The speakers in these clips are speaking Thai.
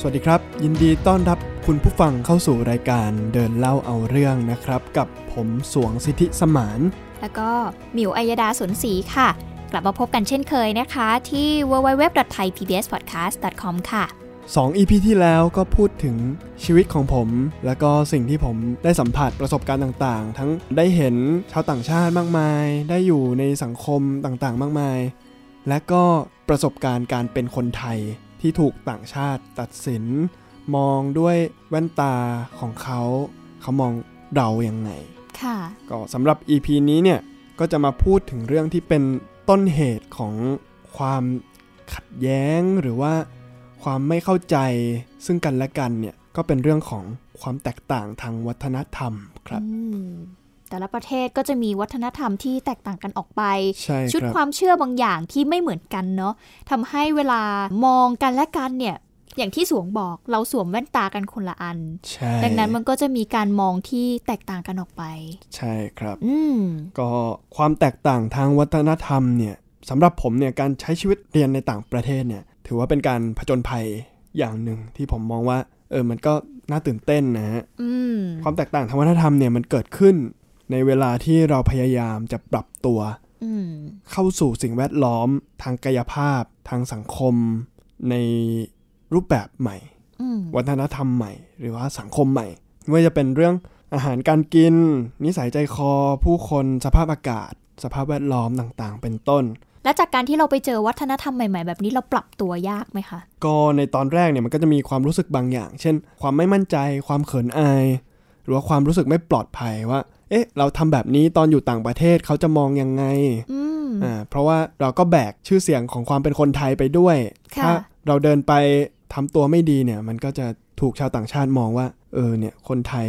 สวัสดีครับ ยินดีต้อนรับคุณผู้ฟังเข้าสู่รายการเดินเล่าเอาเรื่องนะครับ กับผมสวงสิทธิสมาน แล้วก็หมิวอัยดาสนศรีค่ะ กลับมาพบกันเช่นเคยนะคะ ที่ www.thaipbspodcast.com ค่ะ 2 EP ที่แล้วก็พูดถึงชีวิตของผม แล้วก็สิ่งที่ผมได้สัมผัสประสบการณ์ต่างๆ ทั้งได้เห็นชาวต่างชาติมากมาย ได้อยู่ในสังคมต่างๆ มากมาย และก็ประสบการณ์การเป็นคนไทยที่ถูกต่างชาติตัดสิน มองด้วยแว่นตาของเขา เขามองเราอย่างไง ค่ะ ก็สำหรับ EP นี้เนี่ยก็จะมาพูดถึงเรื่องที่เป็นต้นเหตุของความขัดแย้งหรือว่าความไม่เข้าใจซึ่งกันและกันเนี่ยก็เป็นเรื่องของความแตกต่างทางวัฒนธรรมครับ อืม แต่ละประเทศก็จะมีวัฒนธรรมที่แตกต่างกันออกไป ใช่ ชุด ครับ ความเชื่อบางอย่างที่ไม่เหมือนกันเนาะทำให้เวลามองกันและกันเนี่ย อย่างที่สวงบอกเราสวมแว่นตากันคนละอัน ใช่ ดังนั้นมันก็จะมีการมองที่แตกต่างกันออกไป ใช่ครับ อืม ก็ความแตกต่างทางวัฒนธรรมเนี่ยสำหรับผมเนี่ยการใช้ชีวิตเรียนในต่างประเทศเนี่ยถือว่าเป็นการผจญภัยอย่างหนึ่งที่ผมมองว่าเออมันก็น่าตื่นเต้นนะฮะ อืม ความแตกต่างทางวัฒนธรรมเนี่ยมันเกิดขึ้น ในเวลาที่เราพยายามจะปรับตัว อืม เข้าสู่สิ่งแวดล้อม ทางกายภาพ ทางสังคม ในรูปแบบใหม่ อืม วัฒนธรรมใหม่ หรือว่าสังคมใหม่ไม่ว่าจะเป็นเรื่องอาหารการกิน นิสัยใจคอ ผู้คนสภาพอากาศ สภาพแวดล้อมต่างๆ เป็นต้น และจากการที่เราไปเจอวัฒนธรรมใหม่ ๆ แบบนี้เราปรับตัวยากไหมคะ ก็ในตอนแรกเนี่ยมันก็จะมีความรู้สึกบางอย่าง เช่น ความไม่มั่นใจ ความเขินอาย หรือว่าความรู้สึกไม่ปลอดภัยว่า เอ๊ะ เราทำแบบนี้ตอนอยู่ต่างประเทศเขาจะมองยังไง อืม อ่า เพราะว่าเราก็แบกชื่อเสียงของความเป็นคนไทยไปด้วย ค่ะ ถ้าเราเดินไปทำตัวไม่ดีเนี่ย มันก็จะถูกชาวต่างชาติมองว่า เออ เนี่ย คนไทย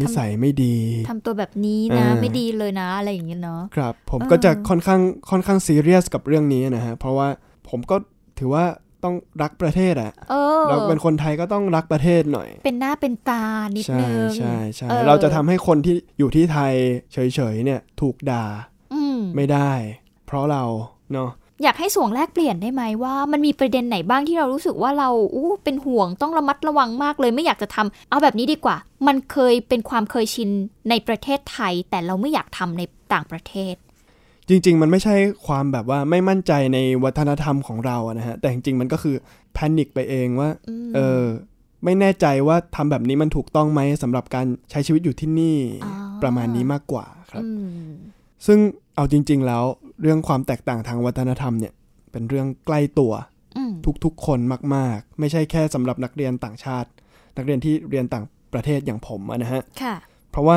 นิสัยไม่ดี ทำตัวแบบนี้นะ อ่า ไม่ดีเลยนะอะไรอย่างเงี้ยเนาะ ครับ ผม เออ ก็จะค่อนข้างค่อนข้างซีเรียสกับเรื่องนี้นะฮะ เพราะว่าผมก็ถือว่าต้องรักประเทศอะ เออ เราเป็นคนไทยก็ต้องรักประเทศหน่อย เป็นหน้าเป็นตานิด ใช่ นึง ใช่ใช่ เออ เราจะทำให้คนที่อยู่ที่ไทยเฉยๆเนี่ยถูกด่า อืม ไม่ได้ เพราะเราเนาะ อยากให้สวงแลกเปลี่ยนได้ไหมว่า มันมีประเด็นไหนบ้างที่เรารู้สึกว่าเราอู้เป็นห่วงต้องระมัดระวังมากเลยไม่อยากจะทำเอาแบบนี้ดีกว่า มันเคยเป็นความเคยชินในประเทศไทย แต่เราไม่อยากทำในต่างประเทศ จริง ๆ มันไม่ใช่ความแบบว่าไม่มั่นใจในวัฒนธรรมของเราอะนะฮะแต่จริงๆมันก็คือแพนิคไปเองว่า อืม เออไม่แน่ใจว่าทำแบบนี้มันถูกต้องไหมสำหรับการใช้ชีวิตอยู่ที่นี่ อ๋อ ประมาณนี้มากกว่าครับ อืม ซึ่งเอาจริง ๆ แล้วเรื่องความแตกต่างทางวัฒนธรรมเนี่ยเป็นเรื่องใกล้ตัว อืม ทุกๆ คนมาก ๆ ไม่ใช่แค่สำหรับนักเรียนต่างชาติ นักเรียนที่เรียนต่างประเทศอย่างผมอะนะฮะ ค่ะ เพราะว่า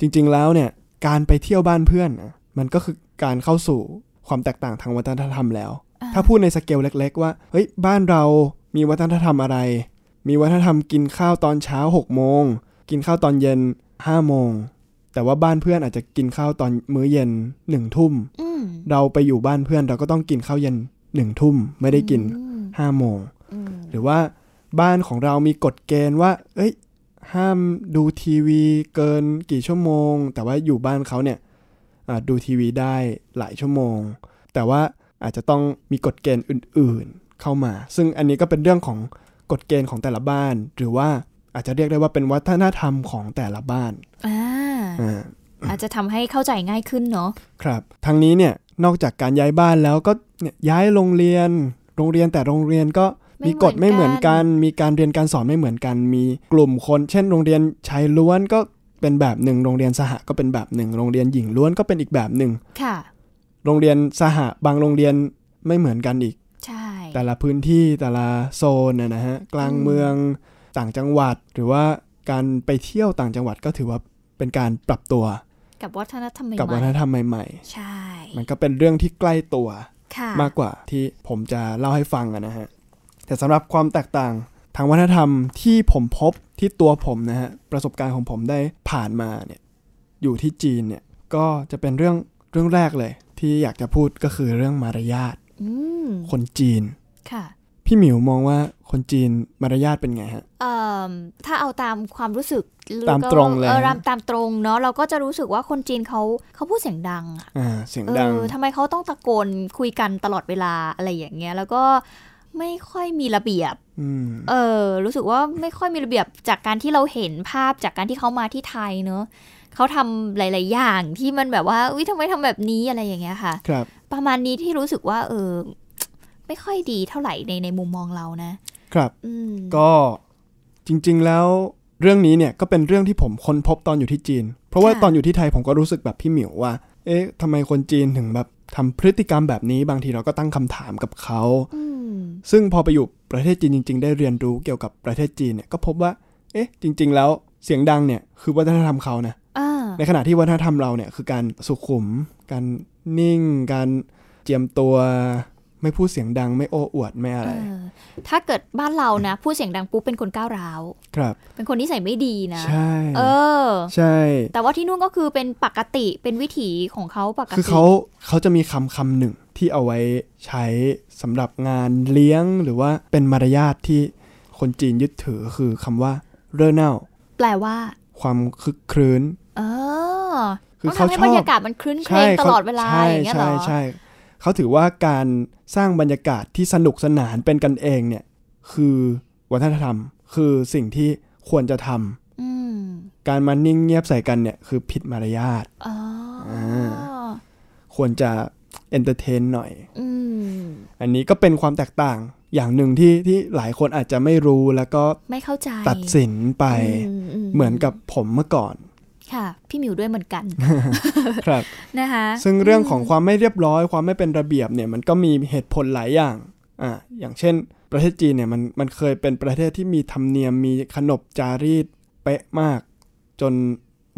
จริง ๆ แล้วเนี่ยการไปเที่ยวบ้านเพื่อนนะมันก็คือการเข้าสู่ความแตกต่างทางวัฒนธรรมแล้ว อ่า ถ้าพูดในสเกลเล็ก ๆ ว่าเฮ้ยบ้านเรามีวัฒนธรรมอะไร มีวัฒนธรรมกินข้าวตอนเช้า6กโมงกินข้าวตอนเย็น5้าโมงแต่ว่าบ้านเพื่อนอาจจะกินข้าวตอนมื้อเย็นหนึ่งทุ่ม อืม เราไปอยู่บ้านเพื่อนเราก็ต้องกินข้าวเย็นหนึ่งทุ่มไม่ได้กิน อืม 5้าโมง อืม หรือว่าบ้านของเรามีกฎเกณฑ์ว่า เอ้ย ห้ามดูทีวีเกินกี่ชั่วโมง แต่ว่าอยู่บ้านเขาเนี่ยอ่าดูทีวีได้หลายชั่วโมง แต่ว่าอาจจะต้องมีกฎเกณฑ์อื่นๆเข้ามา ซึ่งอันนี้ก็เป็นเรื่องของกฎเกณฑ์ของแต่ละบ้าน หรือว่าอาจจะเรียกได้ว่าเป็นวัฒนธรรมของแต่ละบ้าน อ่า อ่า อาจจะทำให้เข้าใจง่ายขึ้นเนาะ ครับทางนี้เนี่ยนอกจากการย้ายบ้านแล้วก็เนี่ยย้ายโรงเรียน โรงเรียนแต่โรงเรียนก็มีกฎ ไม่ ไม่ เห เห มื มื อ อน น กั กัน น มีการเรียนการสอนไม่เหมือนกัน มีกลุ่มคน เช่น โรงเรียนชายล้วนก็เป็นแบบหนึ่ง โรงเรียนสหก็เป็นแบบหนึ่ง โรงเรียนหญิงล้วนก็เป็นอีกแบบหนึ่ง ค่ะ โรงเรียนสหบางโรงเรียนไม่เหมือนกันอีก ใช่ แต่ละพื้นที่แต่ละโซนนะนะฮะกลางเมืองต่างจังหวัด หรือว่าการไปเที่ยวต่างจังหวัดก็ถือว่าเป็นการปรับตัว กับวัฒนธรรมให กับวั ม่ ฒนธรรมใหม่ ๆใช่ ๆ มันก็เป็นเรื่องที่ใกล้ตัว ค่ะ มากกว่าที่ผมจะเล่าให้ฟังอะนะฮะ แต่สำหรับความแตกต่างทางวัฒนธรรมที่ผมพบที่ตัวผมนะฮะประสบการณ์ของผมได้ผ่านมาเนี่ยอยู่ที่จีนเนี่ยก็จะเป็นเรื่องเรื่องแรกเลย ที่อยากจะพูดก็คือเรื่องมารยาท อืม คนจีน ค่ะ พี่หมิวมองว่าคนจีนมารยาทเป็นไงฮะ เอ่อถ้าเอาตามความรู้สึกหอ ตามตรงเลย เออตามตามตรงเนาะเราก็จะรู้สึกว่าคนจีนเขาเขาพูดเสียงดังอะ อ่าเสียง เอ ดัง อทำไมเขาต้องตะโกนคุยกันตลอดเวลาอะไรอย่างเงี้ย แล้วก็ไม่ค่อยมีระเบียบ อืม เออรู้สึกว่าไม่ค่อยมีระเบียบจากการที่เราเห็นภาพจากการที่เขามาที่ไทยเนอะเขาทำหลาย ๆ อย่างที่มันแบบว่าอุ้ยทำไมทำแบบนี้อะไรอย่างเงี้ยค่ะ ครับ ประมาณนี้ที่รู้สึกว่า เออ ไม่ค่อยดีเท่าไหร่ในในมุมมองเรานะ ครับ อืม ก็จริงๆแล้วเรื่องนี้เนี่ยก็เป็นเรื่องที่ผมค้นพบตอนอยู่ที่จีน เพราะว่าตอนอยู่ที่ไทยผมก็รู้สึกแบบพี่หมิวว่า เอ๊ะทำไมคนจีนถึงแบบทำพฤติกรรมแบบนี้บางทีเราก็ตั้งคำถามกับเขา อืม ซึ่งพอไปอยู่ประเทศจีนจริง ๆ ได้เรียนรู้เกี่ยวกับประเทศจีนเนี่ยก็พบว่า เอ๊ะ จริง ๆ แล้วเสียงดังเนี่ยคือวัฒนธรรมเขานะ อ่า ในขณะที่วัฒนธรรมเราเนี่ยคือการสุขุม การนิ่ง การเจียมตัว ไม่พูดเสียงดังไม่โอ้อวดไม่อะไร เออถ้าเกิดบ้านเรานะพูดเสียงดังปุ๊บเป็นคนก้าวร้าว ครับ เป็นคนนิสัยไม่ดีนะ ใช่ เออ ใช่ แต่ว่าที่นู่นก็คือเป็นปกติเป็นวิถีของเขาปกติ คือเขาเขาจะมีคำคำหนึ่งที่เอาไว้ใช้สำหรับงานเลี้ยงหรือว่าเป็นมารยาทที่คนจีนยึดถือคือคำว่าเร่อเน่า แปลว่า ความคึกครื้น เออ คือ ต้อง เขา ทำให้ ชอบ บรรยากาศมันคลื้นเครงตลอดเวลา ใช่ อย่างเงี้ยเหร ใช่ อ ใช่เขาถือว่าการสร้างบรรยากาศที่สนุกสนานเป็นกันเองเนี่ยคือวัฒนธรรม คือสิ่งที่ควรจะทำ อืม การมานิ่งเงียบใส่กันเนี่ยคือผิดมารยาท อ๋ออา ควรจะเอนเตอร์เทนหน่อย อืม อันนี้ก็เป็นความแตกต่างอย่างหนึ่งที่ที่หลายคนอาจจะไม่รู้แล้วก็ ไม่เข้าใจ ตัดสินไป อืม เหมือนกับผมเมื่อก่อน ค่ะ พี่หมิวด้วยเหมือนกัน ครับ นะคะ ซึ่งเรื่องของความไม่เรียบร้อยความไม่เป็นระเบียบเนี่ยมันก็มีเหตุผลหลายอย่างอ่าอย่างเช่น ประเทศจีนเนี่ยมันมันเคยเป็นประเทศที่มีธรรมเนียมมีขนบจารีตเป๊ะมาก จน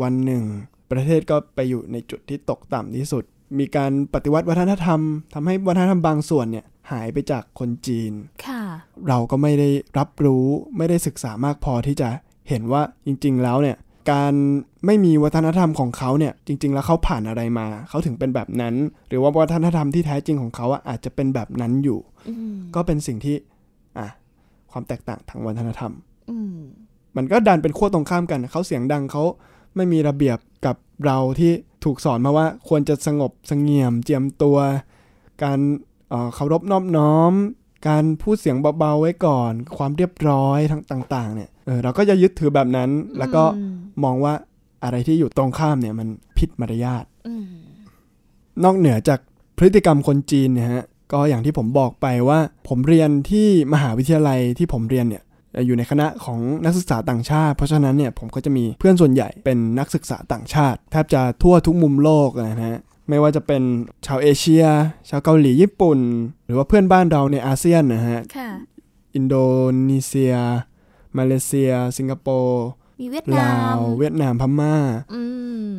วันหนึ่ง ประเทศก็ไปอยู่ในจุดที่ตกต่ำที่สุด มีการปฏิวัติวัฒนธรรมทำให้วัฒนธรรมบางส่วนเนี่ยหายไปจากคนจีน ค่ะ เราก็ไม่ได้รับรู้ไม่ได้ศึกษามากพอที่จะเห็นว่าจริง ๆ แล้วเนี่ยการไม่มีวัฒนธรรมของเขาเนี่ยจริง ๆ แล้วเขาผ่านอะไรมา เขาถึงเป็นแบบนั้น หรือว่าวัฒนธรรมที่แท้จริงของเขาอะอาจจะเป็นแบบนั้นอยู่ อืม ก็เป็นสิ่งที่อ่ะความแตกต่างทางวัฒนธรรม อืม มันก็ดันเป็นขั้วตรงข้ามกันเขาเสียงดังเขาไม่มีระเบียบกับเราที่ถูกสอนมาว่าควรจะสงบเสงเงียมเจียมตัว การเอ่อเคารพนอบน้อม การพูดเสียงเบาๆไว้ก่อน ความเรียบร้อยทั้งต่าง ๆ เนี่ยเออเราก็จะยึดถือแบบนั้น แล้วก็ อืม มองว่าอะไรที่อยู่ตรงข้ามเนี่ยมันผิดมารยาท อืม นอกเหนือจากพฤติกรรมคนจีนเนะฮะก็อย่างที่ผมบอกไปว่าผมเรียนที่มหาวิทยาลัยที่ผมเรียนเนี่ยอยู่ในคณะของนักศึกษาต่างชาติ เพราะฉะนั้นเนี่ยผมก็จะมีเพื่อนส่วนใหญ่เป็นนักศึกษาต่างชาติ แทบจะทั่วทุกมุมโลกนะฮะไม่ว่าจะเป็นชาวเอเชีย ชาวเกาหลีญี่ปุ่น หรือว่าเพื่อนบ้านเราในอาเซียนนะฮะ ค่ะ อินโดนีเซีย มาเลเซีย สิงคโปร์ มีเวียดนา ลาม วเวียดนามพม่า อืม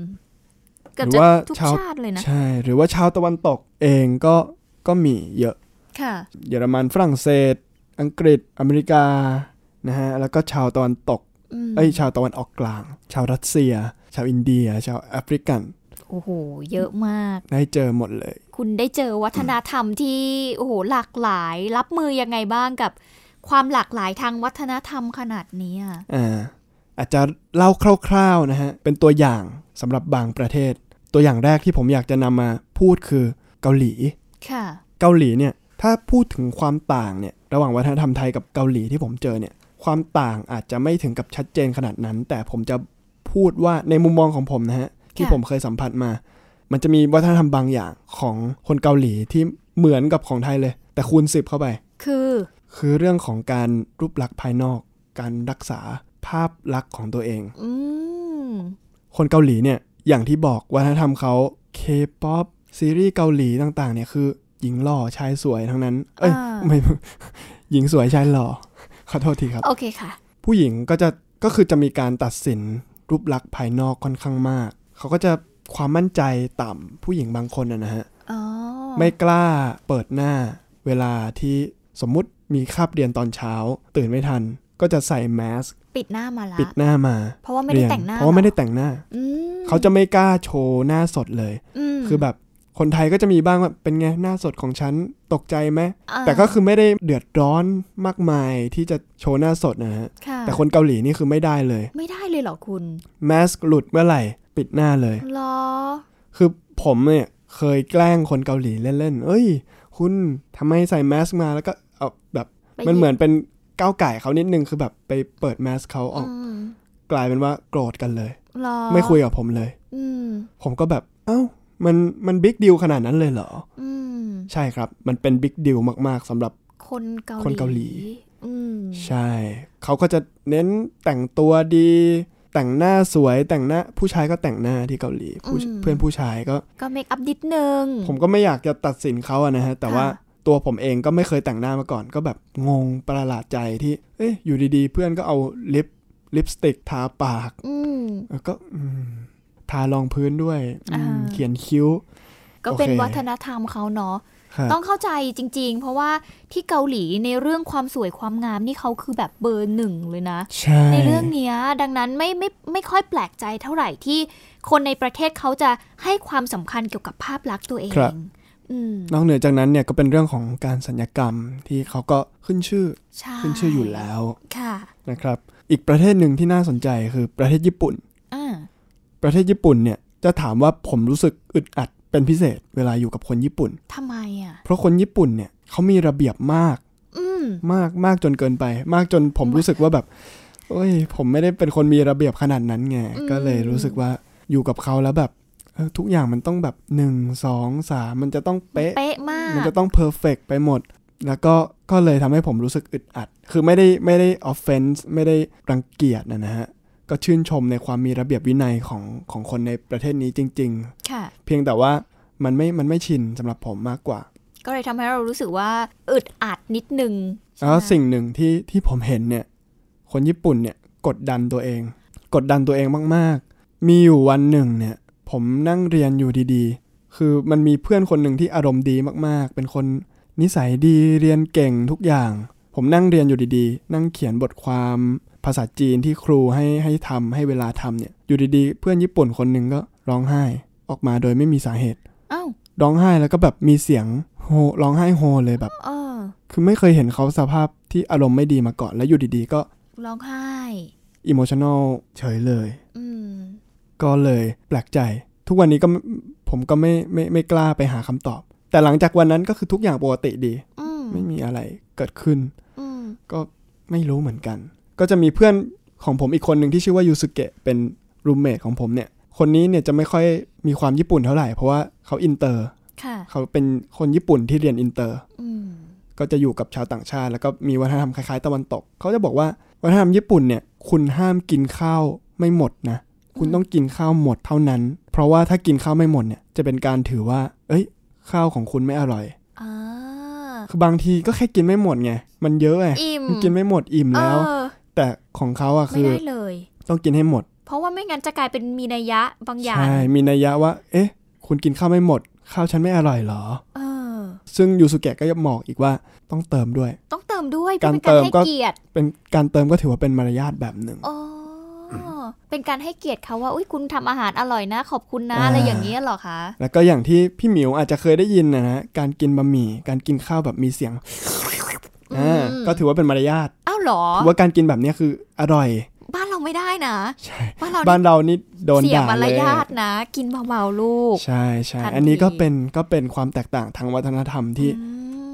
เกือบ หรือ จะ ว่า ทุก ชาว ชาติเลยนะ ใช่หรือว่าชาวตะวันตกเองก็ก็มีเยอะ ค่ะ เยอรมันฝรั่งเศส อังกฤษอเมริกานะฮะแล้วก็ชาวตะวันตก อืม เอ้ยชาวตะวันออกกลาง ชาวรัสเซีย ชาวอินเดีย ชาวแอฟริกัน โอ้โห เยอะมาก ได้เจอหมดเลย คุณได้เจอวัฒนธรรมที่โอ้โหหลากหลาย รับมือยังไงบ้างกับความหลากหลายทางวัฒนธรรมขนาดนี้อะ อ่าอาจจะเล่าคร่าวๆนะฮะเป็นตัวอย่างสำหรับบางประเทศ ตัวอย่างแรกที่ผมอยากจะนำมาพูดคือเกาหลี ค่ะ เกาหลีเนี่ยถ้าพูดถึงความต่างเนี่ยระหว่างวัฒนธรรมไทยกับเกาหลีที่ผมเจอเนี่ยความต่างอาจจะไม่ถึงกับชัดเจนขนาดนั้น แต่ผมจะพูดว่าในมุมมองของผมนะฮะที่ผมเคยสัมผัสมา มันจะมีวัฒนธรรมบางอย่างของคนเกาหลีที่เหมือนกับของไทยเลย แต่คูณสิบเข้าไป คือ คือเรื่องของการรูปลักษณ์ภายนอก การรักษาภาพลักษณ์ของตัวเอง อืม คนเกาหลีเนี่ยอย่างที่บอกวัฒนธรรมเขาเคป๊อปซีรีส์เกาหลีต่างๆเนี่ยคือหญิงหล่อชายสวยทั้งนั้น เอ้ย า ไม่ หญิงสวยชายหล่อ ขอโทษทีครับ โอเคค่ะ ผู้หญิงก็จะก็คือจะมีการตัดสินรูปลักษณ์ภายนอกค่อนข้างมาก เขาก็จะ ความมั่นใจต่ำผู้หญิงบางคนนะนะฮะ อ๋อ ไม่กล้าเปิดหน้า เวลาที่สมมุติมีคาบเรียนตอนเช้า ตื่นไม่ทัน ก็จะใส่แมสก์ ปิดหน้ามาละ ปิดหน้ามา เพราะว่าไม่ได้ ย แต่งหน้า เพราะว่าไม่ได้แต่งหน้า อืม เขาจะไม่กล้าโชว์หน้าสดเลย ม คือแบบคนไทยก็จะมีบ้างว่าเป็นไงหน้าสดของฉันตกใจไหมา แต่ก็คือไม่ได้เดือดร้อนมากมายที่จะโชว์หน้าสดนะฮะ ค่ะ แต่คนเกาหลีนี่คือไม่ได้เลย ไม่ได้เลยเหรอคุณ แมสก์หลุดเมื่อไหร่ปิดหน้าเลย เหรอ คือผมเนี่ยเคยแกล้งคนเกาหลีเล่นๆ เอ้ย คุณทำไมใส่แมสก์มาแล้วก็เอาแบบ ไป มัน หยิบ เหมือนเป็นก้าวไก่เขานิดนึงคือแบบไปเปิดแมสก์เขาออก อืม กลายเป็นว่าโกรธกันเลย เหรอ ไม่คุยกับผมเลย อืม ผมก็แบบเอ้ามันมันบิ๊กดีลขนาดนั้นเลยเหรอ อืม ใช่ครับ มันเป็นบิ๊กดีลมากๆสำหรับ คนเกาหลี คนเกาหลี อืม ใช่ เขาก็จะเน้นแต่งตัวดี แต่งหน้าสวยแต่งหน้าผู้ชายก็แต่งหน้าที่เกาหลีผู้ชเพื่อนผู้ชายก็ ก็เมคอัพนิดนึง ผมก็ไม่อยากจะตัดสินเขาอะนะฮะ แต่ ค่ะ ว่าตัวผมเองก็ไม่เคยแต่งหน้ามาก่อน ก็แบบงงประหลาดใจที่ เอ๊ะอยู่ดีๆ เพื่อนก็เอาลิปลิปสติกทาปาก อืม แล้วก็อืมทารองพื้นด้วยอืม อ่า เขียนคิ้ว ก็เป็น โอเค วัฒนธรรมเขาเนาะ ครับ ต้องเข้าใจจริง ๆ เพราะว่าที่เกาหลีในเรื่องความสวยความงามนี่เขาคือแบบเบอร์หนึ่งเลยนะ ใช่ ในเรื่องเนี้ยดังนั้นไม่ไม่ไม่ค่อยแปลกใจเท่าไหร่ที่คนในประเทศเขาจะให้ความสำคัญเกี่ยวกับภาพลักษณ์ตัวเองอืม นอกเหนือจากนั้นเนี่ยก็เป็นเรื่องของการสัญญกรรมที่เขาก็ขึ้นชื่อ ใช่ ขึ้นชื่ออยู่แล้ว ค่ะ นะครับ อีกประเทศหนึ่งที่น่าสนใจคือประเทศญี่ปุ่น อ่า ประเทศญี่ปุ่นเนี่ยจะถามว่าผมรู้สึกอึดอัดเป็นพิเศษ เวลาอยู่กับคนญี่ปุ่น ทำไมอ่ะ เพราะคนญี่ปุ่นเนี่ยเขามีระเบียบมาก อืม มากมากจนเกินไป มากจนผมรู้สึกว่าแบบโอ้ยผมไม่ได้เป็นคนมีระเบียบขนาดนั้นไง อืม ก็เลยรู้สึกว่าอยู่กับเขาแล้วแบบเออทุกอย่างมันต้องแบบหนึ่งสองสามมันจะต้องเป๊ะ เป๊ะมาก มันจะต้องเพอร์เฟกไปหมด แล้วก็ก็เลยทำให้ผมรู้สึกอึดอัด คือไม่ได้ไม่ได้ออฟเฟนส์ไม่ได้รังเกียจนะนะฮะก็ชื่นชมในความมีระเบียบวินัยของของคนในประเทศนี้จริง ค่ะ ๆ เพียงแต่ว่ามันไม่มันไม่ชินสำหรับผมมากกว่า ก็เลยทำให้เรารู้สึกว่าอึดอัดนิดนึง แล้วสิ่งหนึ่งที่ที่ผมเห็นเนี่ย คนญี่ปุ่นเนี่ยกดดันตัวเอง กดดันตัวเองมากๆ มีอยู่วันหนึ่งเนี่ย ผมนั่งเรียนอยู่ดีๆ คือมันมีเพื่อนคนหนึ่งที่อารมณ์ดีมากๆ เป็นคนนิสัยดีเรียนเก่งทุกอย่าง ผมนั่งเรียนอยู่ดีๆ นั่งเขียนบทความภาษาจีนที่ครูให้ให้ทำให้เวลาทำเนี่ย อยู่ดีๆ เพื่อนญี่ปุ่นคนหนึ่งก็ร้องไห้ออกมาโดยไม่มีสาเหตุ อ้าว ร้องไห้แล้วก็แบบมีเสียงโฮร้องไห้โฮเลยแบบ เออ คือไม่เคยเห็นเขาสภาพที่อารมณ์ไม่ดีมาก่อน แล้วอยู่ดีๆ ก็ ร้องไห้ อิโมชัน a ลเฉยเลย อืม ก็เลยแปลกใจ ทุกวันนี้ก็ไม่ผมก็ไม่ไม่ไม่กล้าไปหาคำตอบ แต่หลังจากวันนั้นก็คือทุกอย่างปกติดี อืม ไม่มีอะไรเกิดขึ้น อืม ก็ไม่รู้เหมือนกัน ก็จะมีเพื่อนของผมอีกคนหนึ่งที่ชื่อว่ายูสุเกะเป็นรูมเมทของผมเนี่ย คนนี้เนี่ยจะไม่ค่อยมีความญี่ปุ่นเท่าไหร่ เพราะว่าเขาอินเตอร์ ค่ะ เขาเป็นคนญี่ปุ่นที่เรียนอินเตอร์ อืม ก็จะอยู่กับชาวต่างชาติ แล้วก็มีวัฒนธรรมคล้ายๆตะวันตก เขาจะบอกว่าวัฒนธรรมญี่ปุ่นเนี่ยคุณห้ามกินข้าวไม่หมดนะ คุณต้องกินข้าวหมดเท่านั้น เพราะว่าถ้ากินข้าวไม่หมดเนี่ยจะเป็นการถือว่า เอ้ย ข้าวของคุณไม่อร่อย อ่า คือบางทีก็แค่กินไม่หมดไงมันเยอะไง อิ่ม มันกินไม่หมดอิ่มแล้ว เออ แต่ของเขาอะ ไม่ คือ ได้เลย ต้องกินให้หมด เพราะว่าไม่งั้นจะกลายเป็นมีนัยยะบางอย่าง ใช่มีนัยยะว่า เอ๊ะ คุณกินข้าวไม่หมด ข้าวฉันไม่อร่อยเหรอ เออ ซึ่งยูสุเกะก็ยังบอกอีกว่าต้องเติมด้วย ต้องเติมด้วยเพื่อเป็น การเติมการให้ ก็ เกียรติ เป็นการเติมก็ถือว่าเป็นมารยาทแบบหนึ่ง อ๋ออเป็นการให้เกียรติเขาว่าอุ้ยคุณทำอาหารอร่อยนะ ขอบคุณนะ อะไร อ่า อย่างนี้ยเหรอคะ แล้วก็อย่างที่พี่หมิวอาจจะเคยได้ยินนะฮะการกินบะหมี่การกินข้าวแบบมีเสียงอ่าก็ถือว่าเป็นมารยาท อ้าวเหรอ ถือว่าการกินแบบเนี้ยคืออร่อย บ้านเราไม่ได้นะ ใช่ บ้านเรา บ้านเรานี่โดน เสีด่ามยาร เลย ยาทนะ กินเบาๆลูก ใช่ใช่ ทันที อันนี้ก็เป็นก็เป็นความแตกต่างทางวัฒนธรรมที่ อื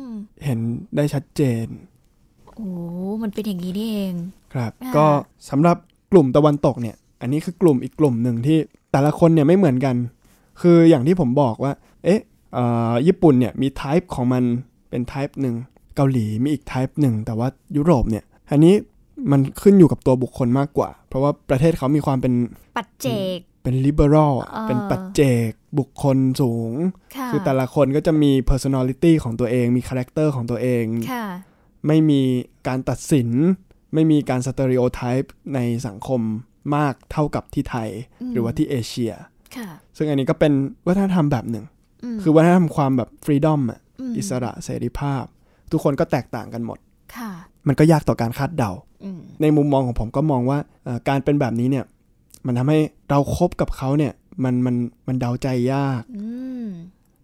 ม เห็นได้ชัดเจน โอ้มันเป็นอย่างนี้นี่เอง ครับ อ่า ก็สำหรับกลุ่มตะวันตกเนี่ย อันนี้คือกลุ่มอีกกลุ่มหนึ่งที่แต่ละคนเนี่ยไม่เหมือนกัน คืออย่างที่ผมบอกว่า เอ๊ะเอ่อญี่ปุ่นเนี่ยมี type ของมันเป็น type หนึ่งเกาหลีมีอีก type หนึ่งแต่ว่ายุโรปเนี่ย อันนี้มันขึ้นอยู่กับตัวบุคคลมากกว่า เพราะว่าประเทศเขามีความเป็น ปัจเจก เป็น liberal อะ อ่า เป็นปัจเจกบุคคลสูง ค่ะ คือแต่ละคนก็จะมี personality ของตัวเองมี character ของตัวเอง ค่ะ ไม่มีการตัดสิน ไม่มีการ stereotype ในสังคมมากเท่ากับที่ไทย อืม หรือว่าที่เอเชีย ค่ะ ซึ่งอันนี้ก็เป็นวัฒนธรรมแบบหนึ่ง อืม คือวัฒนธรรมความแบบฟรีดอมอะ ม อิสระเสรีภาพ ทุกคนก็แตกต่างกันหมด ค่ะ มันก็ยากต่อการคาดเดา อืม ในมุมมองของผมก็มองว่าเอ่อการเป็นแบบนี้เนี่ยมันทำให้เราคบกับเขาเนี่ยมันมันมันเดาใจยาก อืม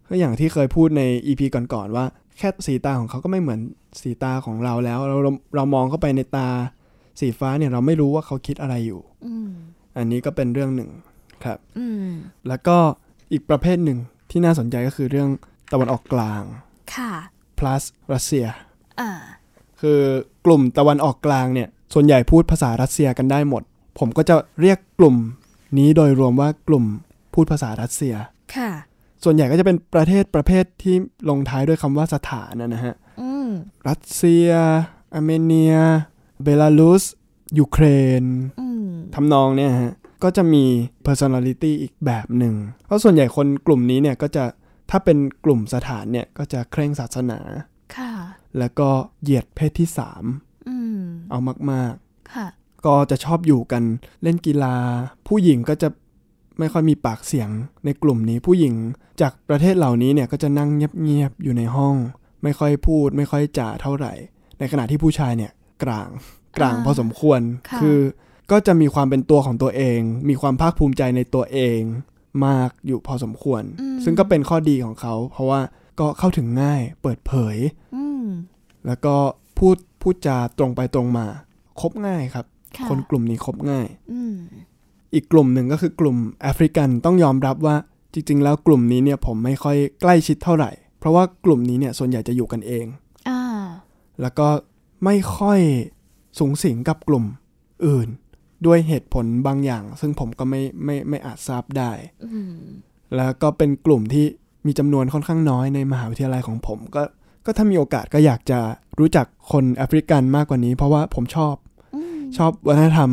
ก็อย่างที่เคยพูดใน EP ก่อนๆว่าแค่สีตาของเขาก็ไม่เหมือนสีตาของเราแล้ว เราเราเรามองเข้าไปในตาสีฟ้าเนี่ยเราไม่รู้ว่าเขาคิดอะไรอยู่ อืม อันนี้ก็เป็นเรื่องหนึ่งครับ อืม แล้วก็อีกประเภทหนึ่งที่น่าสนใจก็คือเรื่องตะวันออกกลาง ค่ะ plus รัสเซีย อ่า คือกลุ่มตะวันออกกลางเนี่ย ส่วนใหญ่พูดภาษารัสเซียกันได้หมด ผมก็จะเรียกกลุ่มนี้โดยรวมว่ากลุ่มพูดภาษารัสเซีย ค่ะ ส่วนใหญ่ก็จะเป็นประเทศประเภทที่ลงท้ายด้วยคำว่าสถานนะนะฮะ อืม รัสเซียอาร์เมเนีย เบลารุส ยูเครน อืม ทำนองเนี่ยฮะ ก็จะมี personality อีกแบบหนึ่ง เพราะส่วนใหญ่คนกลุ่มนี้เนี่ยก็จะ ถ้าเป็นกลุ่มสถานเนี่ยก็จะเคร่งศาสนา ค่ะ แล้วก็เหยียดเพศที่สาม อืม เอามากๆ ค่ะ ก็จะชอบอยู่กันเล่นกีฬา ผู้หญิงก็จะไม่ค่อยมีปากเสียงในกลุ่มนี้ผู้หญิงจากประเทศเหล่านี้เนี่ยก็จะนั่งเงียบๆอยู่ในห้อง ไม่ค่อยพูด ไม่ค่อยจ่าเท่าไหร่ ในขณะที่ผู้ชายเนี่ยกลางกลาง อ่า พอสมควร ค่ะ อก็จะมีความเป็นตัวของตัวเอง มีความภาคภูมิใจในตัวเองมากอยู่พอสมควร ซึ่งก็เป็นข้อดีของเขา เพราะว่าก็เข้าถึงง่ายเปิดเผย อืม แล้วก็พูดพูดจาตรงไปตรงมาคบง่ายครับ ค่ะ คนกลุ่มนี้คบง่าย อืม อีกกลุ่มหนึ่งก็คือกลุ่มแอฟริกันต้องยอมรับว่าจริง ๆ แล้วกลุ่มนี้เนี่ยผมไม่ค่อยใกล้ชิดเท่าไหร่ เพราะว่ากลุ่มนี้เนี่ยส่วนใหญ่จะอยู่กันเอง อ่า แล้วก็ไม่ค่อยสูงสิงกับกลุ่มอื่น ด้วยเหตุผลบางอย่าง ซึ่งผมก็ไม่ไม่ไม่อาจทราบได้ อืม แล้วก็เป็นกลุ่มที่มีจำนวนค่อนข้างน้อยในมหาวิทยาลัยของผมก็ก็ถ้ามีโอกาสก็อยากจะรู้จักคนแอฟริกันมากกว่านี้ เพราะว่าผมชอบ อืม ชอบวัฒนธรรม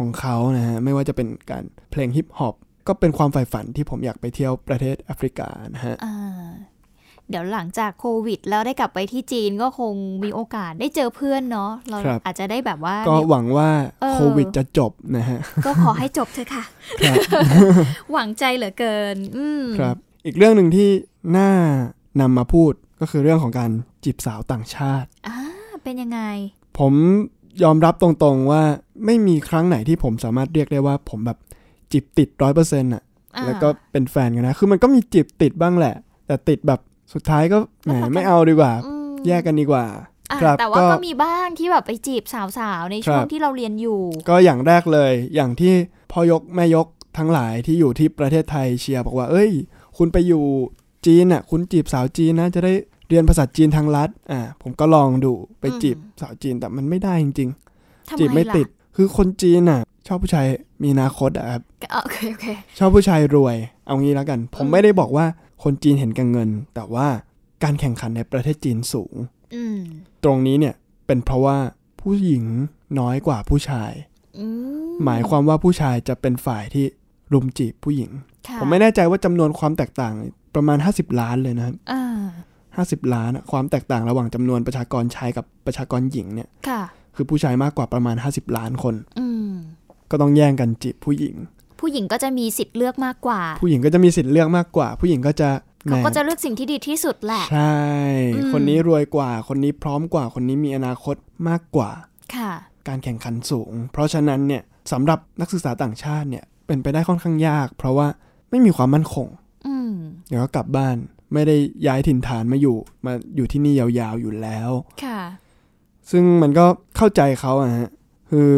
ของเขานะฮะ ไม่ว่าจะเป็นการเพลงฮิปฮอปก็เป็นความใฝ่ฝันที่ผมอยากไปเที่ยวประเทศแอฟริกานะฮะ อ่าเดี๋ยวหลังจากโควิด แล้วได้กลับไปที่จีนก็คงมีโอกาสได้เจอเพื่อนเนาะเรา ครับ อาจจะได้แบบว่า ก็หวังว่า เออ โควิดจะจบนะฮะ ก็ขอให้จบเถอะค่ะ ครับ หวังใจเหลือเกิน อืม ครับ อีกเรื่องหนึ่งที่น่านำมาพูดก็คือเรื่องของการจีบสาวต่างชาติ อ่าเป็นยังไง ผมยอมรับตรงๆว่าไม่มีครั้งไหนที่ผมสามารถเรียกได้ว่าผมแบบจีบติดร้อยเปอร์เซ็นต์อ่ะ อ่า แล้วก็เป็นแฟนกันนะ คือมันก็มีจีบติดบ้างแหละ แต่ติดแบบสุดท้ายก็แหม แล้วเราก็ ไม่เอาดีกว่า อืม แยกกันดีกว่า อ่ะ ครับ แต่ว่าก็มีบ้างที่แบบไปจีบสาวๆ ในช่ควงรับ ที่เราเรียนอยู่ ก็อย่างแรกเลย อย่างที่พ่อยกแม่ยกทั้งหลายที่อยู่ที่ประเทศไทยเชียร์บอกว่า เอ้ย คุณไปอยู่จีนอ่ะ คุณจีบสาวจีนนะจะได้เรียนภาษาจีนทางลัด อ่า ผมก็ลองดูไป อืม จีบสาวจีนแต่มันไม่ได้จริง ทำ ๆ จีบไม่ ล่ะ ติด คือคนจีนอ่ะ ชอบผู้ชายมีอนาคตอ่ะครับ ก็อ่ะโอเคโอเค ชอบผู้ชายรวย เอางี้แล้วกัน ผม อืม ไม่ได้บอกว่าคนจีนเห็นแกันเงิน แต่ว่าการแข่งขันในประเทศจีนสูง อืม ตรงนี้เนี่ยเป็นเพราะว่าผู้หญิงน้อยกว่าผู้ชาย อืม หมายความว่าผู้ชายจะเป็นฝ่ายที่รุมจีบผู้หญิง ค่ะ ผมไม่แน่ใจว่าจำนวนความแตกต่างประมาณ 50 ล้านเลยนะครับ อ่า 50 ล้านอะความแตกต่างระหว่างจำนวนประชากรชายกับประชากรหญิงเนี่ย ค่ะ คือผู้ชายมากกว่าประมาณ 50 ล้านคน อืม ก็ต้องแย่งกันจีบผู้หญิง ผู้หญิงก็จะมีสิทธิ์เลือกมากกว่า ผู้หญิงก็จะมีสิทธิ์เลือกมากกว่า ผู้หญิงก็จะแหม เขาก็จะเลือกสิ่งที่ดีที่สุดแหละ ใช่ อืม คนนี้รวยกว่า คนนี้พร้อมกว่า คนนี้มีอนาคตมากกว่า ค่ะ การแข่งขันสูง เพราะฉะนั้นเนี่ยสำหรับนักศึกษาต่างชาติเนี่ยเป็นไปได้ค่อนข้างยาก เพราะว่าไม่มีความมั่นคง อืม เดี๋ยวก็กลับบ้านไม่ได้ย้ายถิ่นฐานมาอยู่มาอยู่ที่นี่ยาวๆอยู่แล้ว ค่ะ ซึ่งมันก็เข้าใจเขาอะฮะคือ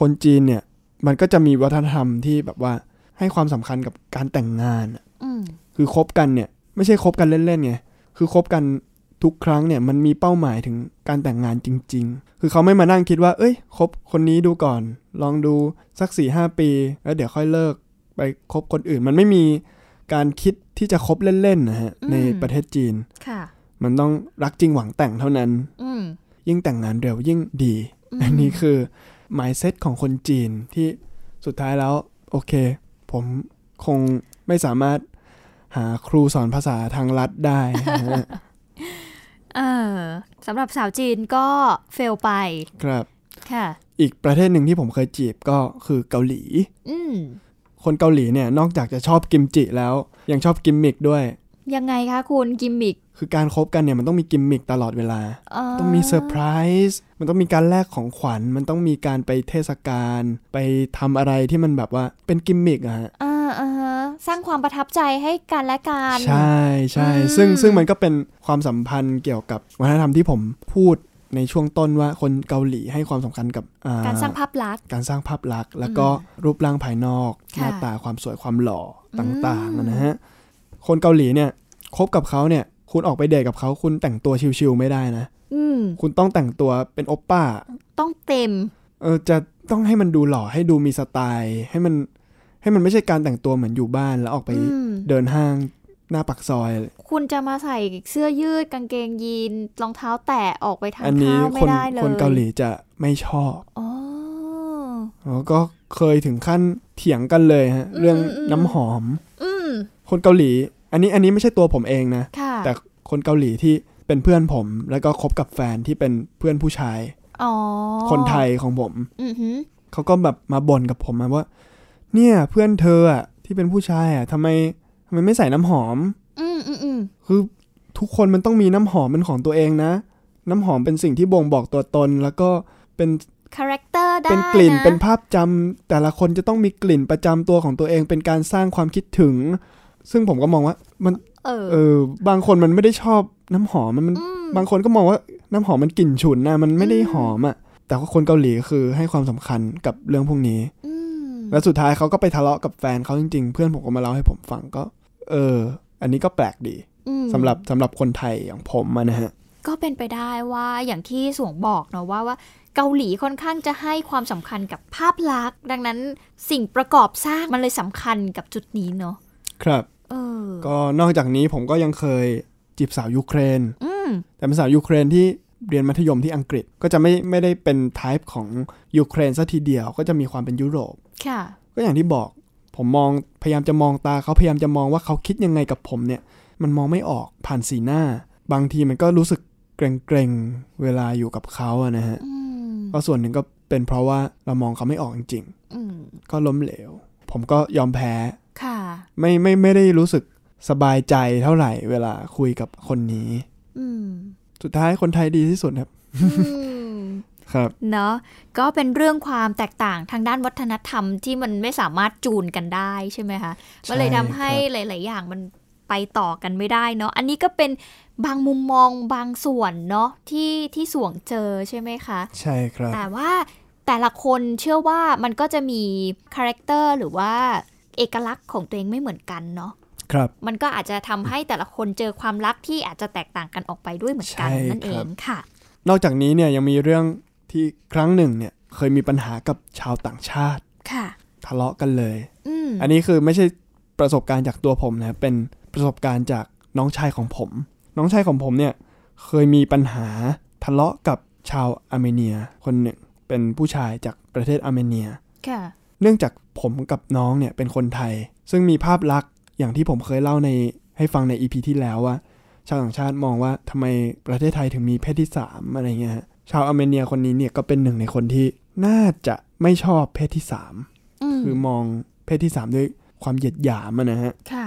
คนจีนเนี่ยมันก็จะมีวัฒนธรรมที่แบบว่าให้ความสำคัญกับการแต่งงานอะ อืม คือคบกันเนี่ยไม่ใช่คบกันเล่นๆไงคือคบกันทุกครั้งเนี่ยมันมีเป้าหมายถึงการแต่งงานจริง ๆ คือเขาไม่มานั่งคิดว่า เอ้ยคบคนนี้ดูก่อน ลองดูสัก4ี่หปี แล้วเดี๋ยวค่อยเลิกไปคบคนอื่น มันไม่มีการคิดที่จะคบเล่นๆนะฮะในประเทศจีน ค่ะ มันต้องรักจริงหวังแต่งเท่านั้น อืม ยิ่งแต่งงานเร็วยิ่งดี อืม อันนี้คือ mindset ของคนจีนที่สุดท้ายแล้ว โอเค ผมคงไม่สามารถหาครูสอนภาษาทางลัดได้ นะฮะ เออสำหรับสาวจีนก็เฟลไป ครับ ค่ะ อีกประเทศหนึ่งที่ผมเคยจีบก็คือเกาหลี อืม คนเกาหลีเนี่ยนอกจากจะชอบกิมจิแล้ว ยังชอบกิมมิกด้วย ยังไงคะคุณกิมมิก คือการคบกันเนี่ยมันต้องมีกิมมิกตลอดเวลา เ ต้องมีเซอร์ไพรส์มันต้องมีการแลกของขวัญ มันต้องมีการไปเทศกาลไปทำอะไรที่มันแบบว่าเป็นกิมมิกอะฮะ อ่าอ่าฮะสร้างความประทับใจให้กันและกัน ใช่ใช่ อืม ซึ่งซึ่งมันก็เป็นความสัมพันธ์เกี่ยวกับวัฒนธรรมที่ผมพูดในช่วงต้นว่าคนเกาหลีให้ความสำคัญกับอ่ การสร้างภาพลักษณ์ การสร้างภาพลักษณ์แล้วก็รูปร่างภายนอกหค่ะน้าตาความสวยความหล่อ อืม ต่างๆอะนะฮะคนเกาหลีเนี่ยคบกับเขาเนี่ยคุณออกไปเดทกับเขาคุณแต่งตัวชิวๆไม่ได้นะ อืม คุณต้องแต่งตัวเป็นโอปป้า ต้องเต็ม เออจะต้องให้มันดูหล่อให้ดูมีสไตล์ให้มันให้มันไม่ใช่การแต่งตัวเหมือนอยู่บ้านแล้วออกไป อืม เดินห้างหน้าปากซอย คุณจะมาใส่เสื้อยืดกางเกงยีนรองเท้าแตะออกไปทาน อันนี้ ข้าว ค ไม่ น ได้เลย คนเกาหลีจะไม่ชอบ อ๋อ แล้วก็เคยถึงขั้นเถียงกันเลยฮะ อืม เรื่อง อืม น้ำหอม อืม คนเกาหลี อันนี้อันนี้ไม่ใช่ตัวผมเองนะ ค่ะ แต่คนเกาหลีที่เป็นเพื่อนผม แล้วก็คบกับแฟนที่เป็นเพื่อนผู้ชาย อ๋อ คนไทยของผม อือหือ เขาก็แบบมาบ่นกับผมมาว่า เนี่ยเพื่อนเธออะที่เป็นผู้ชายอะทำไมทำไมไม่ใส่น้ำหอม อืมอืมอืม คือทุกคนมันต้องมีน้ำหอมเป็นของตัวเองนะ น้ำหอมเป็นสิ่งที่บ่งบอกตัวตน แล้วก็เป็น คาแรคเตอร์ได้ เป็นกลิ่น ะ เป็นภาพจำแต่ละคนจะต้องมีกลิ่นประจำตัวของตัวเอง เป็นการสร้างความคิดถึง ซึ่งผมก็มองว่ามัน เออ เออบางคนมันไม่ได้ชอบน้ำหอมมันมัน อืม บางคนก็มองว่าน้ำหอมมันกลิ่นฉุนนะมันไม่ได้ อืม หอมอะ่ะแต่ว่าคนเกาหลีคือให้ความสำคัญกับเรื่องพวกนี้ อืม แล้วสุดท้ายเขาก็ไปทะเลาะกับแฟนเขาจริงๆ เพื่อนผมก็มาเล่าให้ผมฟังก็ เออ อันนี้ก็แปลกดี อืม สำหรับสำหรับคนไทยอย่างผมอะนะฮะ ก็เป็นไปได้ว่าอย่างที่สวงบอกเนาะว่าว่าเกาหลีค่อนข้างจะให้ความสำคัญกับภาพลักษณ์ ดังนั้นสิ่งประกอบสร้างมันเลยสำคัญกับจุดนี้เนาะ ครับ เออ ก็นอกจากนี้ผมก็ยังเคยจีบสาวยูเครน อืม แต่เป็นสาวยูเครนที่เรียนมัธยมที่อังกฤษก็จะไม่ไม่ได้เป็น type ของยูเครนซะทีเดียวก็จะมีความเป็นยุโรป ค่ะ ก็อย่างที่บอก ผมมองพยายามจะมองตาเขาพยายามจะมองว่าเขาคิดยังไงกับผมเนี่ย มันมองไม่ออกผ่านสีหน้า บางทีมันก็รู้สึกเกรงๆเวลาอยู่กับเขาอะนะฮะ อืม ก็ส่วนหนึ่งก็เป็นเพราะว่าเรามองเขาไม่ออกจริง อืม ๆก็ล้มเหลว ผมก็ยอมแพ้ ค่ะ ไม่ไม่ไม่ได้รู้สึกสบายใจเท่าไหร่เวลาคุยกับคนนี้ อืม สุดท้ายคนไทยดีที่สุดครับ อืม ครับ เนาะก็เป็นเรื่องความแตกต่างทางด้านวัฒนธรรมที่มันไม่สามารถจูนกันได้ใช่ไหมคะมันเลยทำให้หลาย ๆ อย่างมันไปต่อกันไม่ได้เนาะอันนี้ก็เป็นบางมุมมองบางส่วนเนาะที่ที่สวงเจอใช่ไหมคะ ใช่ครับ แต่ว่าแต่ละคนเชื่อว่ามันก็จะมีคาแรคเตอร์หรือว่าเอกลักษณ์ของตัวเองไม่เหมือนกันเนาะ ครับ มันก็อาจจะทำให้แต่ละคนเจอความรักที่อาจจะแตกต่างกันออกไปด้วยเหมือนกัน ใช่ นั่นเอ ครั ง บ ค่ะ นอกจากนี้เนี่ยยังมีเรื่องที่ครั้งหนึ่งเนี่ยเคยมีปัญหากับชาวต่างชาติ ค่ะ ทะเลาะกันเลย อืม อันนี้คือไม่ใช่ประสบการณ์จากตัวผมนะครับเป็นประสบการณ์จากน้องชายของผม น้องชายของผมเนี่ยเคยมีปัญหาทะเลาะกับชาวอาร์เมเนีย คนหนึ่งเป็นผู้ชายจากประเทศอาร์เมเนีย ค่ะ เนื่องจากผมกับน้องเนี่ยเป็นคนไทย ซึ่งมีภาพลักษณ์อย่างที่ผมเคยเล่าในให้ฟังใน EP ที่แล้วว่า ชาวต่างชาติมองว่าทำไมประเทศไทยถึงมีเพศที่ 3 อะไรเงี้ยฮะชาวอาร์เมเนียคนนี้เนี่ยก็เป็นหนึ่งในคนที่น่าจะไม่ชอบเพศที่ อืม 3 คือมองเพศที่ 3 ด้วยความเหยียดหยามอะนะฮะ ค่ะ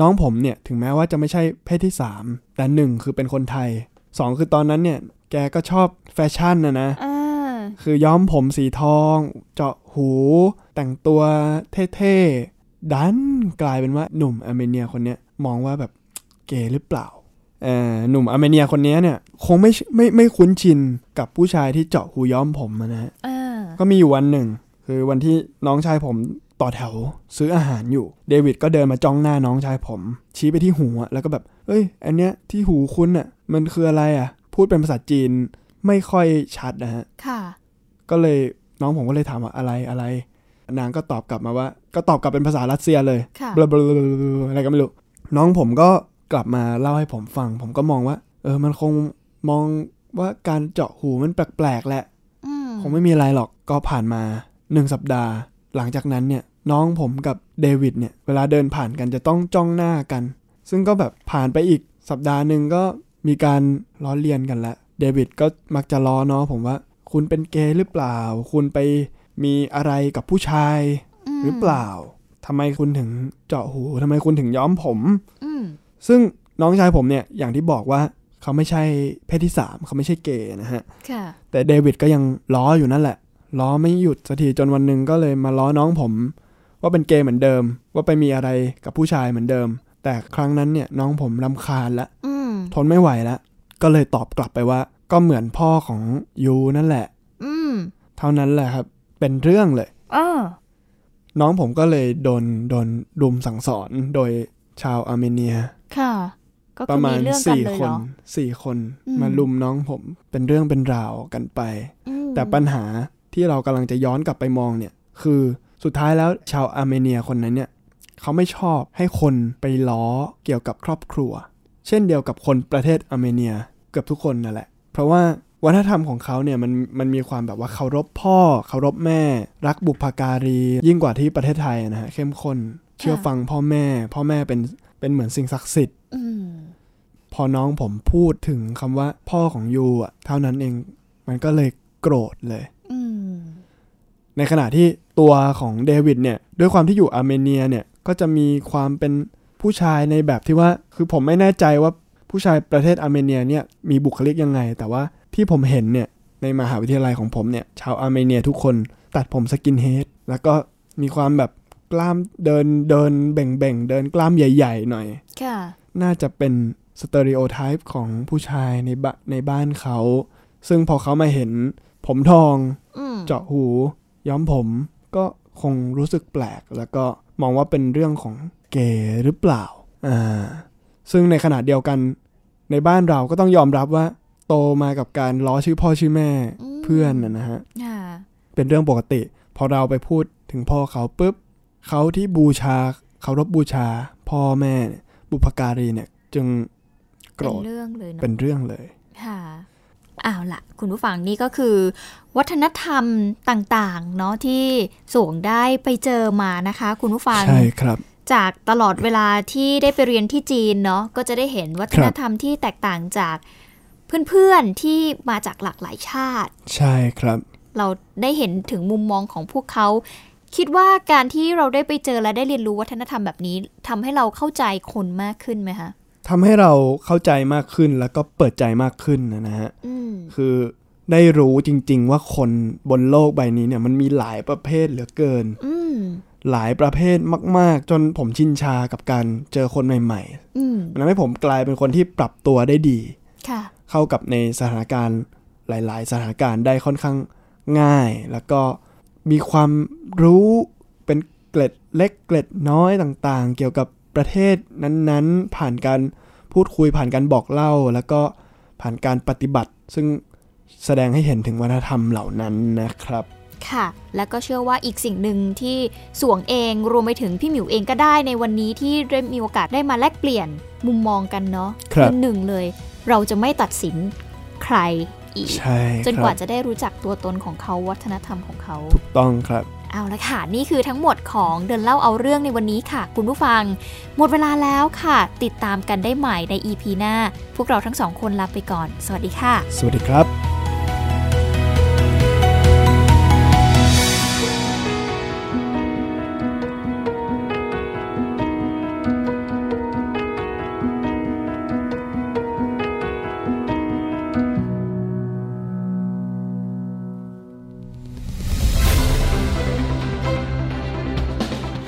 น้องผมเนี่ยถึงแม้ว่าจะไม่ใช่เพศที่ 3 แต่ 1 คือเป็นคนไทย 2 คือตอนนั้นเนี่ยแกก็ชอบแฟชั่นนะนะ อ่า คือย้อมผมสีทอง เจาะหู แต่งตัวเท่ๆ ดันกลายเป็นว่าหนุ่มอาร์เมเนียคนเนี้ยมองว่าแบบเกย์หรือเปล่าเอ่อหนุ่มอาร์เมเนียคนเนี้ยเนี่ยคงไม่ไม่ไม่คุ้นชินกับผู้ชายที่เจาะหูย้อมผมอะนะฮะ เออ ก็มีอยู่วันหนึ่ง คือวันที่น้องชายผมต่อแถวซื้ออาหารอยู่ เดวิดก็เดินมาจ้องหน้าน้องชายผม ชี้ไปที่หูอะแล้วก็แบบเอ้ย อันเนี้ยที่หูคุณอะมันคืออะไรอะพูดเป็นภาษาจีนไม่ค่อยชัดนะฮะ ค่ะ ก็เลยน้องผมก็เลยถามว่าอะไรอะไร นางก็ตอบกลับมาว่า ก็ตอบกลับเป็นภาษารัสเซียเลย ค่ะ บลาบลาบลาบลาอะไรก็ไม่รู้ น้องผมก็กลับมาเล่าให้ผมฟัง ผมก็มองว่า เออมันคงมองว่าการเจาะหูมันแปลกๆแหละ อืม คงไม่มีอะไรหรอกก็ผ่านมาหนึ่งสัปดาห์ หลังจากนั้นเนี่ยน้องผมกับเดวิดเนี่ยเวลาเดินผ่านกันจะต้องจ้องหน้ากัน ซึ่งก็แบบผ่านไปอีกสัปดาห์หนึ่งก็มีการล้อเลียนกันละเดวิดก็มักจะล้อน้องผมว่า คุณเป็นเกย์หรือเปล่า คุณไปมีอะไรกับผู้ชาย ม หรือเปล่าทำ ำไมคุณถึงเจาะหูทำไมคุณถึงย้อมผม อืม ซึ่งน้องชายผมเนี่ยอย่างที่บอกว่าเขาไม่ใช่เพศที่สามเขาไม่ใช่เกย์นะฮะ ค่ะ แต่เดวิดก็ยังล้ออยู่นั่นแหละ ล้อไม่หยุดสักทีจนวันหนึ่งก็เลยมาล้อน้องผม ว่าเป็นเกย์เหมือนเดิม ว่าไปมีอะไรกับผู้ชายเหมือนเดิม แต่ครั้งนั้นเนี่ยน้องผมรำคาญละ อืม ทนไม่ไหวละ ก็เลยตอบกลับไปว่า ก็เหมือนพ่อของยูนั่นแหละ อืม เท่านั้นแหละครับ เป็นเรื่องเลย เออ น้องผมก็เลยโดนโดนรุมสั่งสอนโดยชาวอาร์เมเนีย ค่ะ ก็ ป คื ระ อ มา มี ณ เรื่องกัน สี่ เลย ค เหร น อ สี่คน อืม มาลุมน้องผมเป็นเรื่องเป็นราวกันไป อืม แต่ปัญหาที่เรากำลังจะย้อนกลับไปมองเนี่ยคือสุดท้ายแล้วชาวอาร์เมเนียคนนั้นเนี่ยเขาไม่ชอบให้คนไปล้อเกี่ยวกับครอบครัว เช่นเดียวกับคนประเทศอาร์เมเนียเกือบทุกคนนั่นแหละ เพราะว่าวัฒนธรรมของเขาเนี่ยมันมันมีความแบบว่าเคารพพ่อ เคารพแม่ รักบุพการี ยิ่งกว่าที่ประเทศไทยนะฮะเข้มข้นเชื่อฟังพ่อแม่ พ่อแม่เป็นเป็นเหมือนสิ่งศักดิ์สิทธิ อืม พอน้องผมพูดถึงคำว่าพ่อของยูอ่ะเท่านั้นเองมันก็เลยโกรธเลย อืม ในขณะที่ตัวของเดวิดเนี่ยด้วยความที่อยู่อาร์เมเนียเนี่ยก็จะมีความเป็นผู้ชายในแบบที่ว่า คือผมไม่แน่ใจว่าผู้ชายประเทศอาร์เมเนียเนี่ยมีบุคลิกยังไง แต่ว่าที่ผมเห็นเนี่ยในมหาวิทยาลัยของผมเนี่ยชาวอาร์เมเนียทุกคนตัดผมสกินเฮดแล้วก็มีความแบบกล้ามเดินเดินเบ่งเบ่งๆเดินกล้ามใหญ่ ๆ หน่อย ค่ะ น่าจะเป็นสเตอริโอไทป์ของผู้ชายในบะในบ้านเขา ซึ่งพอเขามาเห็นผมทอง อืม เจาะหู ย้อมผมก็คงรู้สึกแปลก แล้วก็มองว่าเป็นเรื่องของเกย์หรือเปล่าอ่าซึ่งในขณะเดียวกัน ในบ้านเราก็ต้องยอมรับว่า โตมากับการล้อชื่อพ่อชื่อแม่เพื่อนนะนะฮะ ค่ะ เป็นเรื่องปกติ พอเราไปพูดถึงพ่อเขาปุ๊บเขาที่บูชาเคารพบูชา พ่อแม่เนี่ยบุพการีเนี่ย จึงโกร เป็น ธ เรื่องเลยเนาะ เป็นเรื่องเลย ค่ะเอาละคุณผู้ฟังนี่ก็คือ วัฒนธรรมต่างๆ เนาะที่สวงได้ไปเจอมานะคะ คุณผู้ฟัง ใช่ครับ จากตลอดเวลาที่ได้ไปเรียนที่จีนเนาะก็จะได้เห็นวัฒนธรรมที่แตกต่างจากเพื่อนๆที่มาจากหลากหลายชาติ ใช่ครับ เราได้เห็นถึงมุมมองของพวกเขา คิดว่าการที่เราได้ไปเจอและได้เรียนรู้วัฒนธรรมแบบนี้ทำให้เราเข้าใจคนมากขึ้นไหมคะ ทำให้เราเข้าใจมากขึ้นแล้วก็เปิดใจมากขึ้นนะฮะ อืม คือได้รู้จริง ๆ ว่าคนบนโลกใบนี้เนี่ยมันมีหลายประเภทเหลือเกิน อืม หลายประเภทมาก ๆ จนผมชินชากับการเจอคนใหม่ อืม ๆมันทำให้ผมกลายเป็นคนที่ปรับตัวได้ดี ค่ะ เข้ากับในสถานการณ์หลาย ๆ สถานการณ์ได้ค่อนข้างง่าย แล้วก็มีความรู้เป็นเกล็ดเล็กเกล็ดน้อยต่างๆ เกี่ยวกับประเทศนั้นๆ ผ่านการพูดคุยผ่านการบอกเล่า แล้วก็ผ่านการปฏิบัติ ซึ่งแสดงให้เห็นถึงวัฒนธรรมเหล่านั้นนะครับ ค่ะ และก็เชื่อว่าอีกสิ่งหนึ่งที่สวงเองรวมไปถึงพี่หมิวเองก็ได้ในวันนี้ที่ได้มีโอกาสได้มาแลกเปลี่ยนมุมมองกันเนาะ ครับ อหนึ่งเลย เราจะไม่ตัดสินใครอีก ใช่ จน ค ก รั ว่า บ จะได้รู้จักตัวตนของเขาวัฒนธรรมของเขา ถูกต้องครับ เอาละค่ะ นี่คือทั้งหมดของเดินเล่าเอาเรื่องในวันนี้ค่ะ คุณผู้ฟัง หมดเวลาแล้วค่ะ ติดตามกันได้ใหม่ใน EP หน้า พวกเราทั้งสองคนลาไปก่อน สวัสดีค่ะ สวัสดีครับ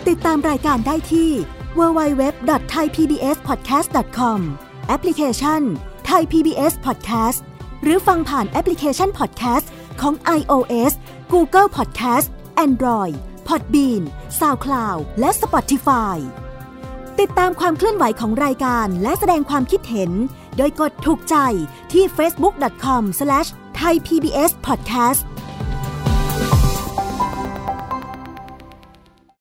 ติดตามรายการได้ที่ www.thaipbspodcast.com แอปพลิเคชัน Thai PBS Podcast หรือฟังผ่านแอปพลิเคชัน Podcast ของ iOS Google Podcast Android Podbean SoundCloud และ Spotify ติดตามความเคลื่อนไหวของรายการและแสดงความคิดเห็น โดยกดถูกใจที่ facebook.com/thaipbspodcast